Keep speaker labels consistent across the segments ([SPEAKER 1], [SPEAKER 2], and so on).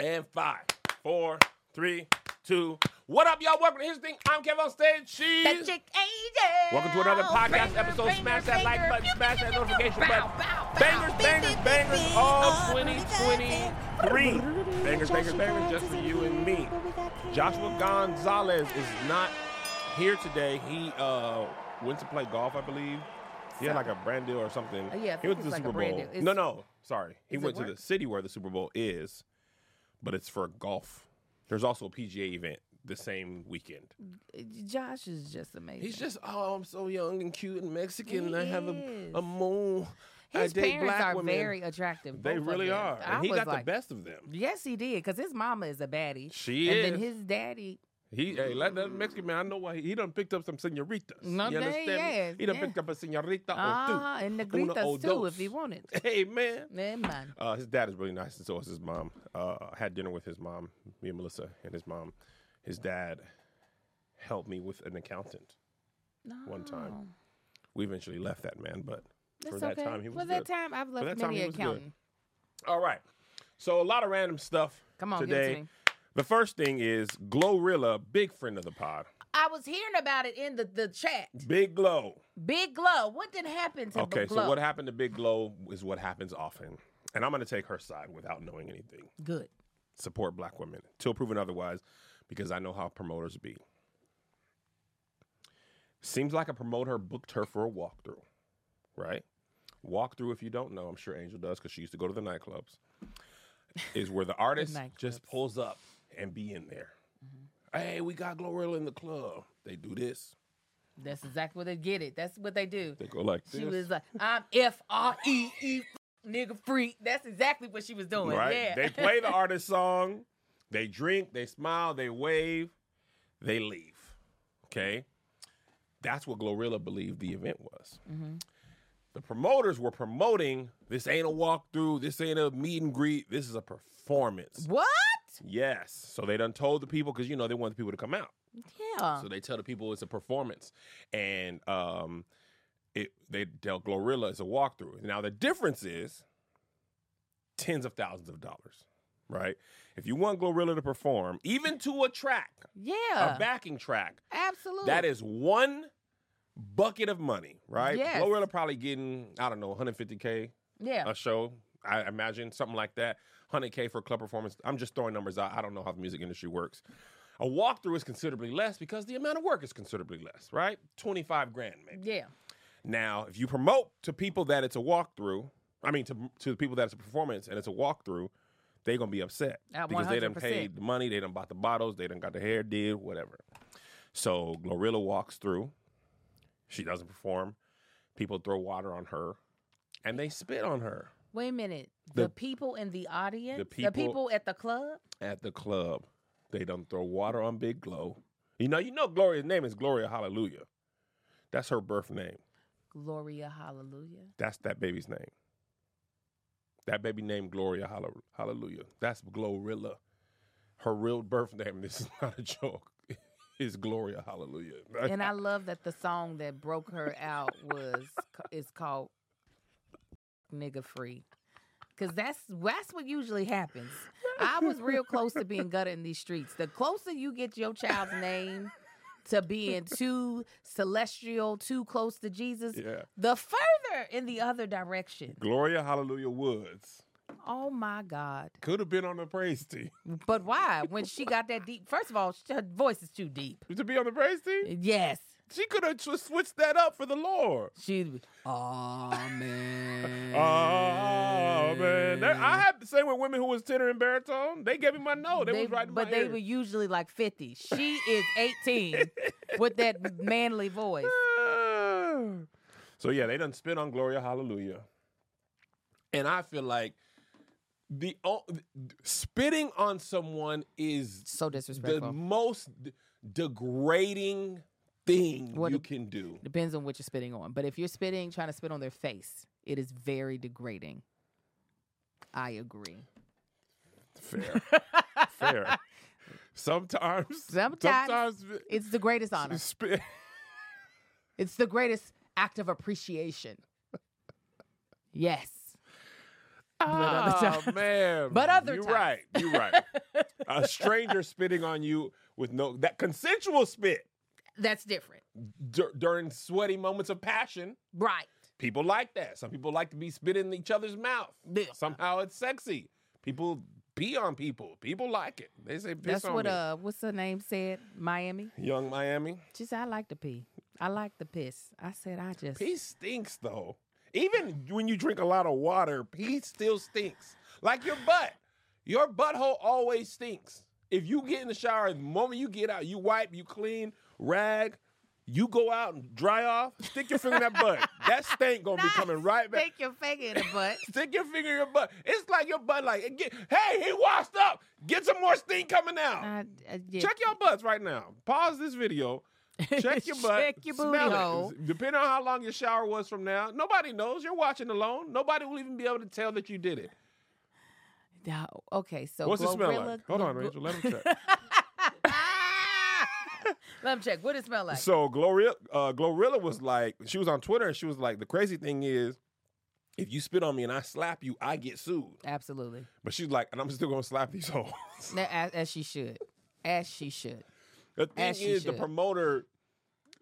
[SPEAKER 1] and five, four, three, two. What up, y'all? Welcome to His Thing. I'm Kev on stage. She's.
[SPEAKER 2] Magic Angel.
[SPEAKER 1] Welcome to another podcast
[SPEAKER 2] Banger,
[SPEAKER 1] episode.
[SPEAKER 2] banger,
[SPEAKER 1] smash that like
[SPEAKER 2] banger.
[SPEAKER 1] button,
[SPEAKER 2] Pew,
[SPEAKER 1] smash
[SPEAKER 2] pew,
[SPEAKER 1] that
[SPEAKER 2] pew, pew,
[SPEAKER 1] notification
[SPEAKER 2] pew,
[SPEAKER 1] button.
[SPEAKER 2] bow, bow.
[SPEAKER 1] Bangers,
[SPEAKER 2] Beep,
[SPEAKER 1] bangers,
[SPEAKER 2] beep, beep,
[SPEAKER 1] bangers,
[SPEAKER 2] beep.
[SPEAKER 1] all
[SPEAKER 2] Oh, we
[SPEAKER 1] 2023. Bangers, bangers, bangers, just for you and me. Joshua Gonzalez is not here today. He uh went to play golf, I believe. He had like a brand deal or something.
[SPEAKER 2] Oh, yeah, I
[SPEAKER 1] he went
[SPEAKER 2] think
[SPEAKER 1] to
[SPEAKER 2] it's
[SPEAKER 1] the
[SPEAKER 2] like a
[SPEAKER 1] Super
[SPEAKER 2] brand
[SPEAKER 1] Bowl.
[SPEAKER 2] deal. Is-
[SPEAKER 1] No, no, sorry. He
[SPEAKER 2] Is it
[SPEAKER 1] went to
[SPEAKER 2] work?
[SPEAKER 1] the city where the Super Bowl is, but it's for golf. There's also a PGA event the same weekend.
[SPEAKER 2] got- Josh is just amazing.
[SPEAKER 1] He's just oh, I'm so young and cute and Mexican, and I
[SPEAKER 2] He
[SPEAKER 1] have a,
[SPEAKER 2] is.
[SPEAKER 1] a moon.
[SPEAKER 2] his
[SPEAKER 1] I date
[SPEAKER 2] parents
[SPEAKER 1] black
[SPEAKER 2] are
[SPEAKER 1] women.
[SPEAKER 2] very attractive.
[SPEAKER 1] They
[SPEAKER 2] both of
[SPEAKER 1] really
[SPEAKER 2] them.
[SPEAKER 1] are,
[SPEAKER 2] I
[SPEAKER 1] and he
[SPEAKER 2] was
[SPEAKER 1] got
[SPEAKER 2] like,
[SPEAKER 1] the best of them.
[SPEAKER 2] Yes, he did, because his mama is a baddie.
[SPEAKER 1] She
[SPEAKER 2] and
[SPEAKER 1] is.
[SPEAKER 2] then his daddy.
[SPEAKER 1] he hey, let that Mexican man. I know why he, he done picked up some senoritas.
[SPEAKER 2] No,
[SPEAKER 1] you
[SPEAKER 2] they-
[SPEAKER 1] understand? me?
[SPEAKER 2] yes,
[SPEAKER 1] he done
[SPEAKER 2] yeah.
[SPEAKER 1] picked up a senorita
[SPEAKER 2] Ah, and the
[SPEAKER 1] Uno o
[SPEAKER 2] gritas too,
[SPEAKER 1] dos.
[SPEAKER 2] if he wanted.
[SPEAKER 1] or two. Hey man.
[SPEAKER 2] Never mind.
[SPEAKER 1] Uh, his dad is really nice, and so is his mom. Uh, I had dinner with his mom, me and Melissa, and his mom. His dad helped me with an accountant. One time.
[SPEAKER 2] No,
[SPEAKER 1] We eventually left that man, but
[SPEAKER 2] That's
[SPEAKER 1] for that
[SPEAKER 2] okay.
[SPEAKER 1] time he was
[SPEAKER 2] For
[SPEAKER 1] good.
[SPEAKER 2] that time, I've left
[SPEAKER 1] that time,
[SPEAKER 2] many
[SPEAKER 1] he was good.
[SPEAKER 2] accounting.
[SPEAKER 1] All right. So a lot of random stuff
[SPEAKER 2] Come on, give it
[SPEAKER 1] today.
[SPEAKER 2] to me.
[SPEAKER 1] The first thing is Glorilla, big friend of the pod.
[SPEAKER 2] I was hearing about it in the, the chat.
[SPEAKER 1] Big Glow.
[SPEAKER 2] Big Glow. What did happen to
[SPEAKER 1] Okay,
[SPEAKER 2] Big Glow?
[SPEAKER 1] so what happened to Big Glow is what happens often. And I'm going to take her side without knowing anything.
[SPEAKER 2] Good.
[SPEAKER 1] Support black women till proven otherwise because I know how promoters be. Seems like a promoter booked her for a walkthrough, right? Walkthrough, if you don't know, I'm sure Angel does because she used to go to the nightclubs, is where the artist just
[SPEAKER 2] nightclubs. Mm-hmm.
[SPEAKER 1] pulls up and be in there. Hey, we got Glorilla in the club. They do this.
[SPEAKER 2] That's exactly what they get it. That's what they do.
[SPEAKER 1] They go like this.
[SPEAKER 2] She was like, I'm F R E E nigga freak. That's exactly what she was doing.
[SPEAKER 1] right?
[SPEAKER 2] Yeah.
[SPEAKER 1] They play the artist song, they drink, they smile, they wave, they leave. Okay? That's what Glorilla believed the event was. The promoters were promoting this ain't a walkthrough, this ain't a meet and greet, this is a performance.
[SPEAKER 2] what?
[SPEAKER 1] Yes. So they done told the people because you know they want the people to come out.
[SPEAKER 2] Yeah.
[SPEAKER 1] So they tell the people it's a performance, and um, it they tell Glorilla it's a walkthrough. Now the difference is tens of thousands of dollars, right? If you want Glorilla to perform, even to a track,
[SPEAKER 2] yeah.
[SPEAKER 1] a backing track,
[SPEAKER 2] absolutely.
[SPEAKER 1] that is one bucket of money, right?
[SPEAKER 2] Yes.
[SPEAKER 1] Glorilla probably getting I don't know 150k
[SPEAKER 2] Yeah.
[SPEAKER 1] a show. I imagine something like that. 100K for a club performance. I'm just throwing numbers out. I don't know how the music industry works. A walkthrough is considerably less because the amount of work is considerably less, right? 25 grand, maybe.
[SPEAKER 2] yeah.
[SPEAKER 1] Now, if you promote to people that it's a walkthrough, I mean, to, to the people that it's a performance and it's a walkthrough, they're going to be upset
[SPEAKER 2] At
[SPEAKER 1] because they done
[SPEAKER 2] 100%.
[SPEAKER 1] paid the money, they done bought the bottles, they done got the hair did, whatever. So Glorilla walks through. She doesn't perform. People throw water on her and they spit on her.
[SPEAKER 2] Wait a minute.
[SPEAKER 1] The-
[SPEAKER 2] The, people in the audience,
[SPEAKER 1] the people-
[SPEAKER 2] the people, at the club,
[SPEAKER 1] at the club. They done throw water on Big Glow. You know, you know Gloria's name is Gloria Hallelujah. That's her birth name.
[SPEAKER 2] Gloria Hallelujah.
[SPEAKER 1] That's that baby's name. That baby named Gloria Hall- Hallelujah. That's Glorilla. Her real birth name, this is not a joke, is Gloria Hallelujah.
[SPEAKER 2] And I love that the song that broke her out was is called "Nigga Free," because that's that's what usually happens. I was real close to being gutted in these streets. The closer you get your child's name to being too celestial, too close to Jesus,
[SPEAKER 1] yeah.
[SPEAKER 2] the further in the other direction.
[SPEAKER 1] Gloria Hallelujah Woods
[SPEAKER 2] Oh my God!
[SPEAKER 1] could have been on the praise team.
[SPEAKER 2] But why? When she got that deep, first of all, her voice is too deep.
[SPEAKER 1] To be on the praise team?
[SPEAKER 2] Yes,
[SPEAKER 1] She could have tw- switched that up for the Lord.
[SPEAKER 2] she. Amen.
[SPEAKER 1] Oh man, That- I had the same with women who was tenor and baritone. They gave me my note. Oh, They, was right in
[SPEAKER 2] but
[SPEAKER 1] my
[SPEAKER 2] they
[SPEAKER 1] ear.
[SPEAKER 2] were usually like 50 she is 18 with that manly voice
[SPEAKER 1] so yeah, they done spit on Gloria Hallelujah, and I feel like the o- spitting on someone is
[SPEAKER 2] so
[SPEAKER 1] the
[SPEAKER 2] disrespectful
[SPEAKER 1] most d- degrading thing
[SPEAKER 2] What
[SPEAKER 1] you
[SPEAKER 2] a-
[SPEAKER 1] can do.
[SPEAKER 2] depends on what you're spitting on but if you're spitting trying to spit on their face it is very degrading i agree
[SPEAKER 1] Fair, fair. Sometimes,
[SPEAKER 2] Sometimes it's the greatest honor
[SPEAKER 1] spit.
[SPEAKER 2] it's the greatest act of appreciation yes other
[SPEAKER 1] Oh
[SPEAKER 2] times.
[SPEAKER 1] man!
[SPEAKER 2] But other
[SPEAKER 1] you're
[SPEAKER 2] times.
[SPEAKER 1] right. You're right. A stranger spitting on you with no that consensual spit
[SPEAKER 2] That's different.
[SPEAKER 1] dur- during sweaty moments of passion.
[SPEAKER 2] Right.
[SPEAKER 1] People like that. Some people like to be spit in each other's mouth.
[SPEAKER 2] Yeah.
[SPEAKER 1] Somehow it's sexy. People pee on people. People like it. They say piss
[SPEAKER 2] That's
[SPEAKER 1] on
[SPEAKER 2] what
[SPEAKER 1] me.
[SPEAKER 2] uh what's her name said, Miami.
[SPEAKER 1] Young Miami.
[SPEAKER 2] She said, I like to pee. I like the piss. I said I just
[SPEAKER 1] Pee stinks though. Even when you drink a lot of water, pee still stinks. Like your butt. Your butthole always stinks. If you get in the shower, the moment you get out, you wipe, you clean, rag, you go out and dry off, stick your finger in that butt. That stink gonna be coming right back.
[SPEAKER 2] Take your finger in the butt.
[SPEAKER 1] Stick your finger in your butt. It's like your butt, like, it get, hey, he washed up. Get some more stink coming out.
[SPEAKER 2] I, I, yeah.
[SPEAKER 1] Check your butts right now. Pause this video. Check your butt.
[SPEAKER 2] Check your booty
[SPEAKER 1] smell it.
[SPEAKER 2] hole.
[SPEAKER 1] Depending on how long your shower was from now, nobody knows. You're watching alone. Nobody will even be able to tell that you did it.
[SPEAKER 2] Now, Okay, so
[SPEAKER 1] What's it smell
[SPEAKER 2] Glorilla-
[SPEAKER 1] like? Hold on,
[SPEAKER 2] Glo- Ah!
[SPEAKER 1] Rachel. Let me check.
[SPEAKER 2] Let me check. What it smell like?
[SPEAKER 1] so Gloria, uh, Glorilla was like, she was on Twitter and she was like, the crazy thing is, if you spit on me and I slap you, I get sued.
[SPEAKER 2] Absolutely.
[SPEAKER 1] But she's like, and I'm still gonna slap these hoes.
[SPEAKER 2] Now, As, as she should. As she should.
[SPEAKER 1] the thing
[SPEAKER 2] As she
[SPEAKER 1] is, the
[SPEAKER 2] should.
[SPEAKER 1] promoter,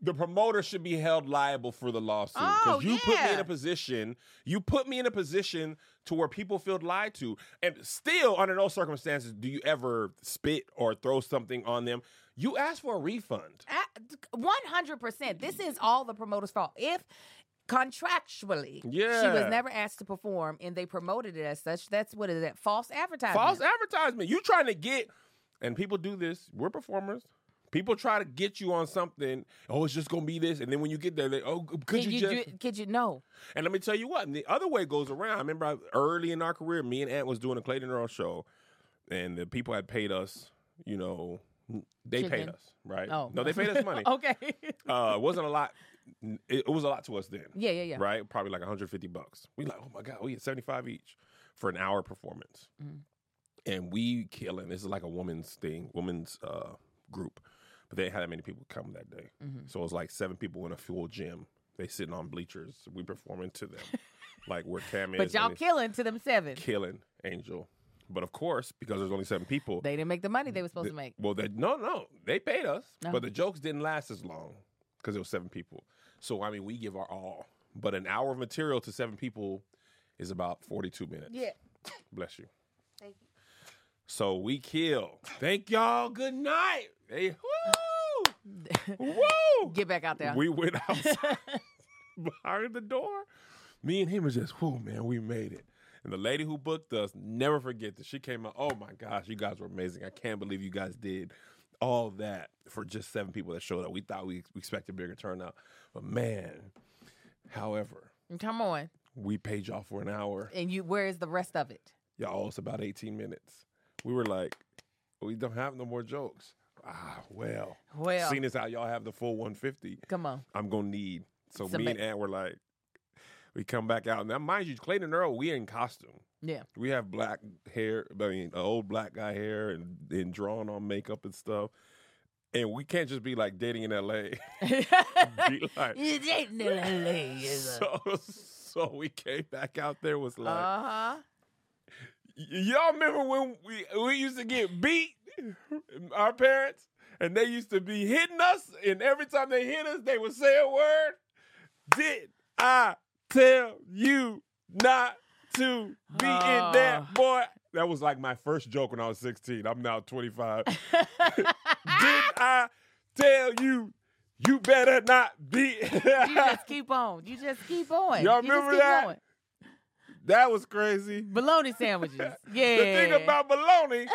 [SPEAKER 1] the promoter should be held liable for the lawsuit because
[SPEAKER 2] Oh,
[SPEAKER 1] you put me in
[SPEAKER 2] yeah.
[SPEAKER 1] a position. You put me in a position to where people feel lied to, and still, under no circumstances, do you ever spit or throw something on them. You ask for a refund.
[SPEAKER 2] One hundred percent. This is all the promoter's fault. If contractually she
[SPEAKER 1] Yeah.
[SPEAKER 2] was never asked to perform and they promoted it as such, that's what is that false advertising.
[SPEAKER 1] False advertisement. You trying to get, and people do this. We're performers. People try to get you on something. Oh, it's just gonna be this, and then when you get there, they oh, could
[SPEAKER 2] Could
[SPEAKER 1] you,
[SPEAKER 2] you,
[SPEAKER 1] just?
[SPEAKER 2] do, could you know?
[SPEAKER 1] And let me tell you what, and the other way goes around. I remember I, early in our career, me and Aunt was doing a Clayton Earl show, and the people had paid us, you know, they paid
[SPEAKER 2] Chicken.
[SPEAKER 1] us, right?
[SPEAKER 2] Oh
[SPEAKER 1] No, they paid us money.
[SPEAKER 2] okay.
[SPEAKER 1] uh, it wasn't a lot. It, it was a lot to us then,
[SPEAKER 2] yeah, yeah, yeah.
[SPEAKER 1] right? Probably like 150 bucks. We like, oh my God, we get 75 each for an hour performance.
[SPEAKER 2] Mhm.
[SPEAKER 1] And we killing. This is like a woman's thing, woman's uh, group. But they had that many people come that day.
[SPEAKER 2] Mhm.
[SPEAKER 1] So it was like seven people in a full gym. They sitting on bleachers. We performing to them, like where Cam is.
[SPEAKER 2] But y'all
[SPEAKER 1] and
[SPEAKER 2] killing to them seven.
[SPEAKER 1] it's killing Angel. But of course, because there's only seven people,
[SPEAKER 2] They didn't make the money they were supposed
[SPEAKER 1] the-
[SPEAKER 2] to make.
[SPEAKER 1] Well, they, no, no, they paid us,
[SPEAKER 2] No.
[SPEAKER 1] but the jokes didn't last as long because it was seven people. So I mean, we give our all, but an hour of material to seven people is about forty-two minutes.
[SPEAKER 2] Yeah.
[SPEAKER 1] bless you.
[SPEAKER 2] Thank you.
[SPEAKER 1] So we kill. Thank y'all. Good night. They woo woo.
[SPEAKER 2] Get back out there.
[SPEAKER 1] We went outside behind the door. Me and him was just, whoa, man, we made it. And the lady who booked us, never forget this. She came out, oh my gosh, you guys were amazing. I can't believe you guys did all that for just seven people that showed up. We thought we, we expected a bigger turnout. But man, however,
[SPEAKER 2] Come on.
[SPEAKER 1] we paid y'all for an hour.
[SPEAKER 2] And you where is the rest of it?
[SPEAKER 1] Y'all owe us about 18 minutes. We were like, we don't have no more jokes. Ah, well.
[SPEAKER 2] Well,
[SPEAKER 1] Seeing as how y'all have the full 150,
[SPEAKER 2] come on.
[SPEAKER 1] I'm gonna need. So
[SPEAKER 2] Some
[SPEAKER 1] me
[SPEAKER 2] ma-
[SPEAKER 1] and Aunt were like, we come back out. Now, mind you, Clayton and Earl, we in costume.
[SPEAKER 2] Yeah.
[SPEAKER 1] We have black hair. I mean, uh, old black guy hair and and drawn on makeup and stuff. And we can't just be like dating in L.A. be like,
[SPEAKER 2] uh
[SPEAKER 1] so, so we came back out there was like,
[SPEAKER 2] huh.
[SPEAKER 1] Y- y'all remember when we we used to get beat, our parents, and they used to be hitting us, and every time they hit us, they would say a word. Did I tell you not to be in
[SPEAKER 2] Oh.
[SPEAKER 1] that boy? That was like my first joke when I was 16. I'm now 25. Did I tell you you better not be?
[SPEAKER 2] You just keep on. You just keep on.
[SPEAKER 1] Y'all
[SPEAKER 2] You just
[SPEAKER 1] remember
[SPEAKER 2] keep
[SPEAKER 1] that?
[SPEAKER 2] on.
[SPEAKER 1] that was crazy.
[SPEAKER 2] Bologna sandwiches. Yeah.
[SPEAKER 1] The thing about baloney,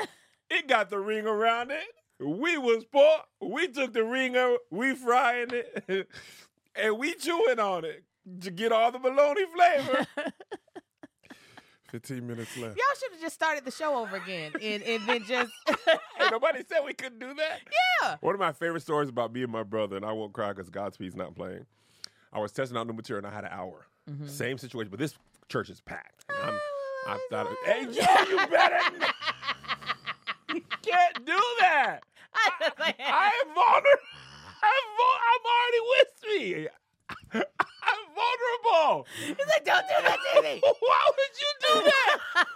[SPEAKER 1] it got the ring around it. We was poor. We took the ring, out, we frying it, and we chewing on it to get all the baloney flavor. Fifteen minutes left.
[SPEAKER 2] Y'all should have just started the show over again and, and then just
[SPEAKER 1] Ain't nobody said we couldn't do that.
[SPEAKER 2] Yeah.
[SPEAKER 1] One of my favorite stories about me and my brother, and I won't cry because Godspeed's not playing. I was testing out new material and I had an hour. Same situation, but this church is packed. And I'm, I thought, hey, yo, you better. not- you can't do that. I am vulnerable. I'm, vul- I'm already with me. I'm vulnerable.
[SPEAKER 2] He's like, don't do that to me.
[SPEAKER 1] Why would you do that?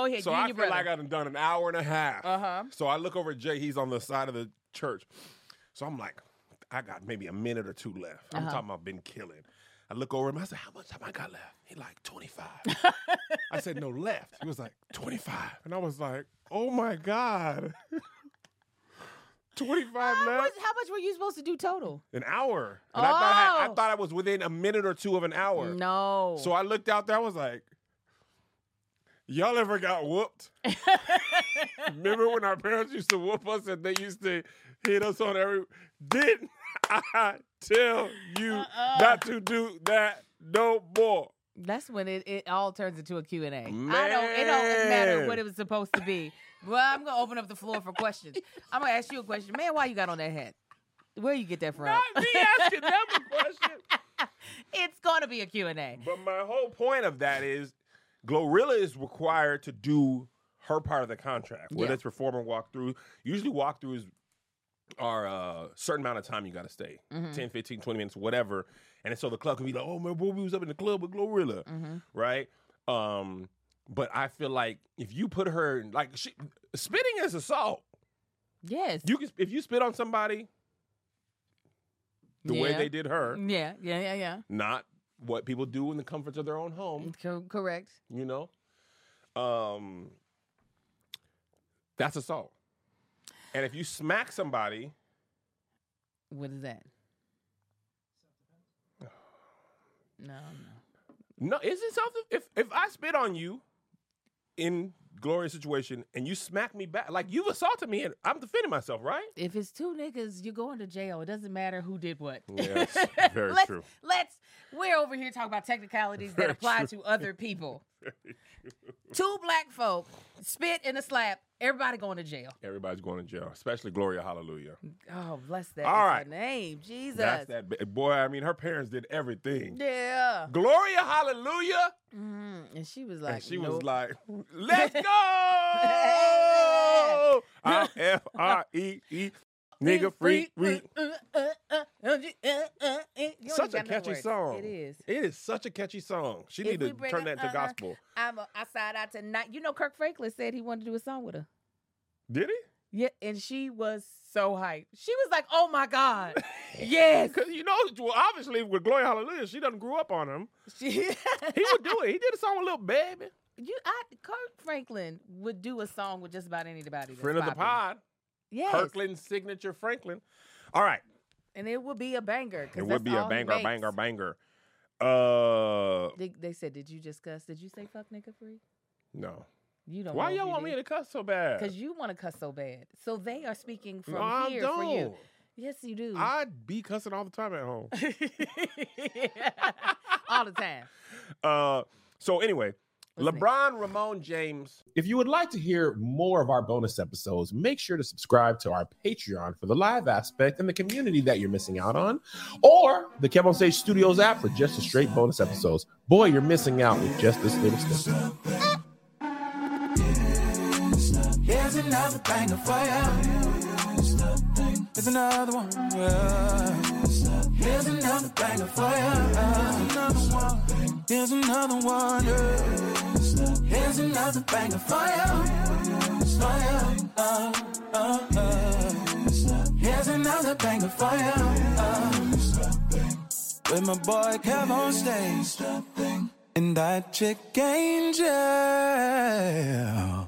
[SPEAKER 3] ahead.
[SPEAKER 1] So
[SPEAKER 3] you
[SPEAKER 1] I
[SPEAKER 3] and
[SPEAKER 1] feel
[SPEAKER 3] your brother.
[SPEAKER 1] like I've done an hour and a half.
[SPEAKER 3] Uh-huh.
[SPEAKER 1] So I look over at Jay. He's on the side of the church. So I'm like, I got maybe a minute or two left.
[SPEAKER 3] Uh-huh.
[SPEAKER 1] I'm talking about been killing. I look over at him. I said, How much time I got left? He like 25. I said, No, left. He was like 25, and I was like, Oh my god, 25
[SPEAKER 2] How much,
[SPEAKER 1] left.
[SPEAKER 2] how much were you supposed to do total?
[SPEAKER 1] An hour. And I thought I, had- I
[SPEAKER 2] Oh.
[SPEAKER 1] thought I was within a minute or two of an hour.
[SPEAKER 2] No.
[SPEAKER 1] So I looked out there, I was like, Y'all ever got whooped? Remember when our parents used to whoop us and they used to hit us on every did I tell you not to do that no more?
[SPEAKER 2] That's when it, it all turns into a Q&A. I don't it don't matter
[SPEAKER 1] Man.
[SPEAKER 2] what it was supposed to be. Well, I'm going to open up the floor for questions. I'm going to ask you a question. Man, why you got on that hat? Where you get that from?
[SPEAKER 1] Not me asking them a question.
[SPEAKER 2] it's going to be a Q&A.
[SPEAKER 1] But my whole point of that is Glorilla is required to do her part of the contract, whether
[SPEAKER 2] Yeah.
[SPEAKER 1] it's perform or walk through. Usually walkthroughs are a certain amount of time you got to stay,
[SPEAKER 2] Mm-hmm.
[SPEAKER 1] ten, fifteen, twenty 10, 15, 20 minutes, whatever. And so the club can be like, oh, man, boy, we was up in the club with Glorilla,
[SPEAKER 2] Mm-hmm.
[SPEAKER 1] right? Um, but I feel like if you put her, in- like, she, spitting is assault.
[SPEAKER 2] Yes.
[SPEAKER 1] You can, if you spit on somebody the way
[SPEAKER 2] Yeah.
[SPEAKER 1] they did her,
[SPEAKER 2] Yeah, yeah, yeah, yeah.
[SPEAKER 1] not what people do in the comforts of their own home,
[SPEAKER 2] Co- correct.
[SPEAKER 1] you know um that's assault and if you smack somebody
[SPEAKER 2] What is that? No, no.
[SPEAKER 1] no is it something if if i spit on you in glorious situation and you smack me back like you've assaulted me and i'm defending myself right
[SPEAKER 2] If it's two niggas, you're going to jail. It doesn't matter who did what.
[SPEAKER 1] Yes, very
[SPEAKER 2] let's,
[SPEAKER 1] true.
[SPEAKER 2] Let's we're over here talking about technicalities
[SPEAKER 1] Very
[SPEAKER 2] that apply
[SPEAKER 1] true.
[SPEAKER 2] to other people. Two black folk spit in a slap. Everybody going to jail.
[SPEAKER 1] everybody's going to jail especially gloria hallelujah
[SPEAKER 2] Oh, bless that.
[SPEAKER 1] All
[SPEAKER 2] All
[SPEAKER 1] right.
[SPEAKER 2] right, name Jesus.
[SPEAKER 1] that's that bi- boy i mean her parents did everything
[SPEAKER 2] Yeah,
[SPEAKER 1] gloria hallelujah
[SPEAKER 2] Mhm. and she was like,
[SPEAKER 1] and she
[SPEAKER 2] nope.
[SPEAKER 1] was like let's go i-f-r-e-e E nigga free free
[SPEAKER 2] uh,
[SPEAKER 1] Such a catchy song.
[SPEAKER 2] It is.
[SPEAKER 1] It is such a catchy song. She
[SPEAKER 2] If
[SPEAKER 1] need to
[SPEAKER 2] we bring
[SPEAKER 1] turn
[SPEAKER 2] it
[SPEAKER 1] that to
[SPEAKER 2] on,
[SPEAKER 1] gospel.
[SPEAKER 2] I'm a, outside out tonight. You know, Kirk Franklin said he wanted to do a song with her.
[SPEAKER 1] Did he?
[SPEAKER 2] Yeah, and she was so hyped. She was like, "Oh my god, yes!"
[SPEAKER 1] Because you know, well, obviously with Gloria Hallelujah, she doesn't grew up on him.
[SPEAKER 2] She,
[SPEAKER 1] He would do it. He did a song with Lil Baby,
[SPEAKER 2] you, I, Kirk Franklin would do a song with just about anybody. that's
[SPEAKER 1] friend of the
[SPEAKER 2] popular.
[SPEAKER 1] pod,
[SPEAKER 2] yes,
[SPEAKER 1] Kirkland signature Franklin. All right,
[SPEAKER 2] and it would be a banger. 'cause
[SPEAKER 1] it
[SPEAKER 2] that's
[SPEAKER 1] would be a
[SPEAKER 2] all he
[SPEAKER 1] banger,
[SPEAKER 2] makes.
[SPEAKER 1] banger, banger. Uh,
[SPEAKER 2] They, they said, "Did you just cuss? Did you say fuck nigga free?"
[SPEAKER 1] no.
[SPEAKER 2] You don't.
[SPEAKER 1] Why y'all want me to cuss so bad?
[SPEAKER 2] Because you want to cuss so bad. So they are speaking from
[SPEAKER 1] no, I
[SPEAKER 2] here
[SPEAKER 1] don't.
[SPEAKER 2] for you. Yes, you do.
[SPEAKER 1] I'd be cussing all the time at home.
[SPEAKER 2] All the time.
[SPEAKER 1] Uh, so anyway,
[SPEAKER 2] Listening.
[SPEAKER 1] LeBron, Ramon James.
[SPEAKER 4] If you would like to hear more of our bonus episodes, make sure to subscribe to our Patreon for the live aspect and the community that you're missing out on, or the Kev on Stage Studios app for just the straight bonus episodes. Boy, you're missing out with just this little snippet.
[SPEAKER 5] Here's another banger for you. There's another one. yeah. Here's another banger for you. Here's another one. yeah. Here's another banger for you. For you. Uh, uh, uh. Here's another banger for you. Uh. With my boy Kev on stage. And that chick Angel.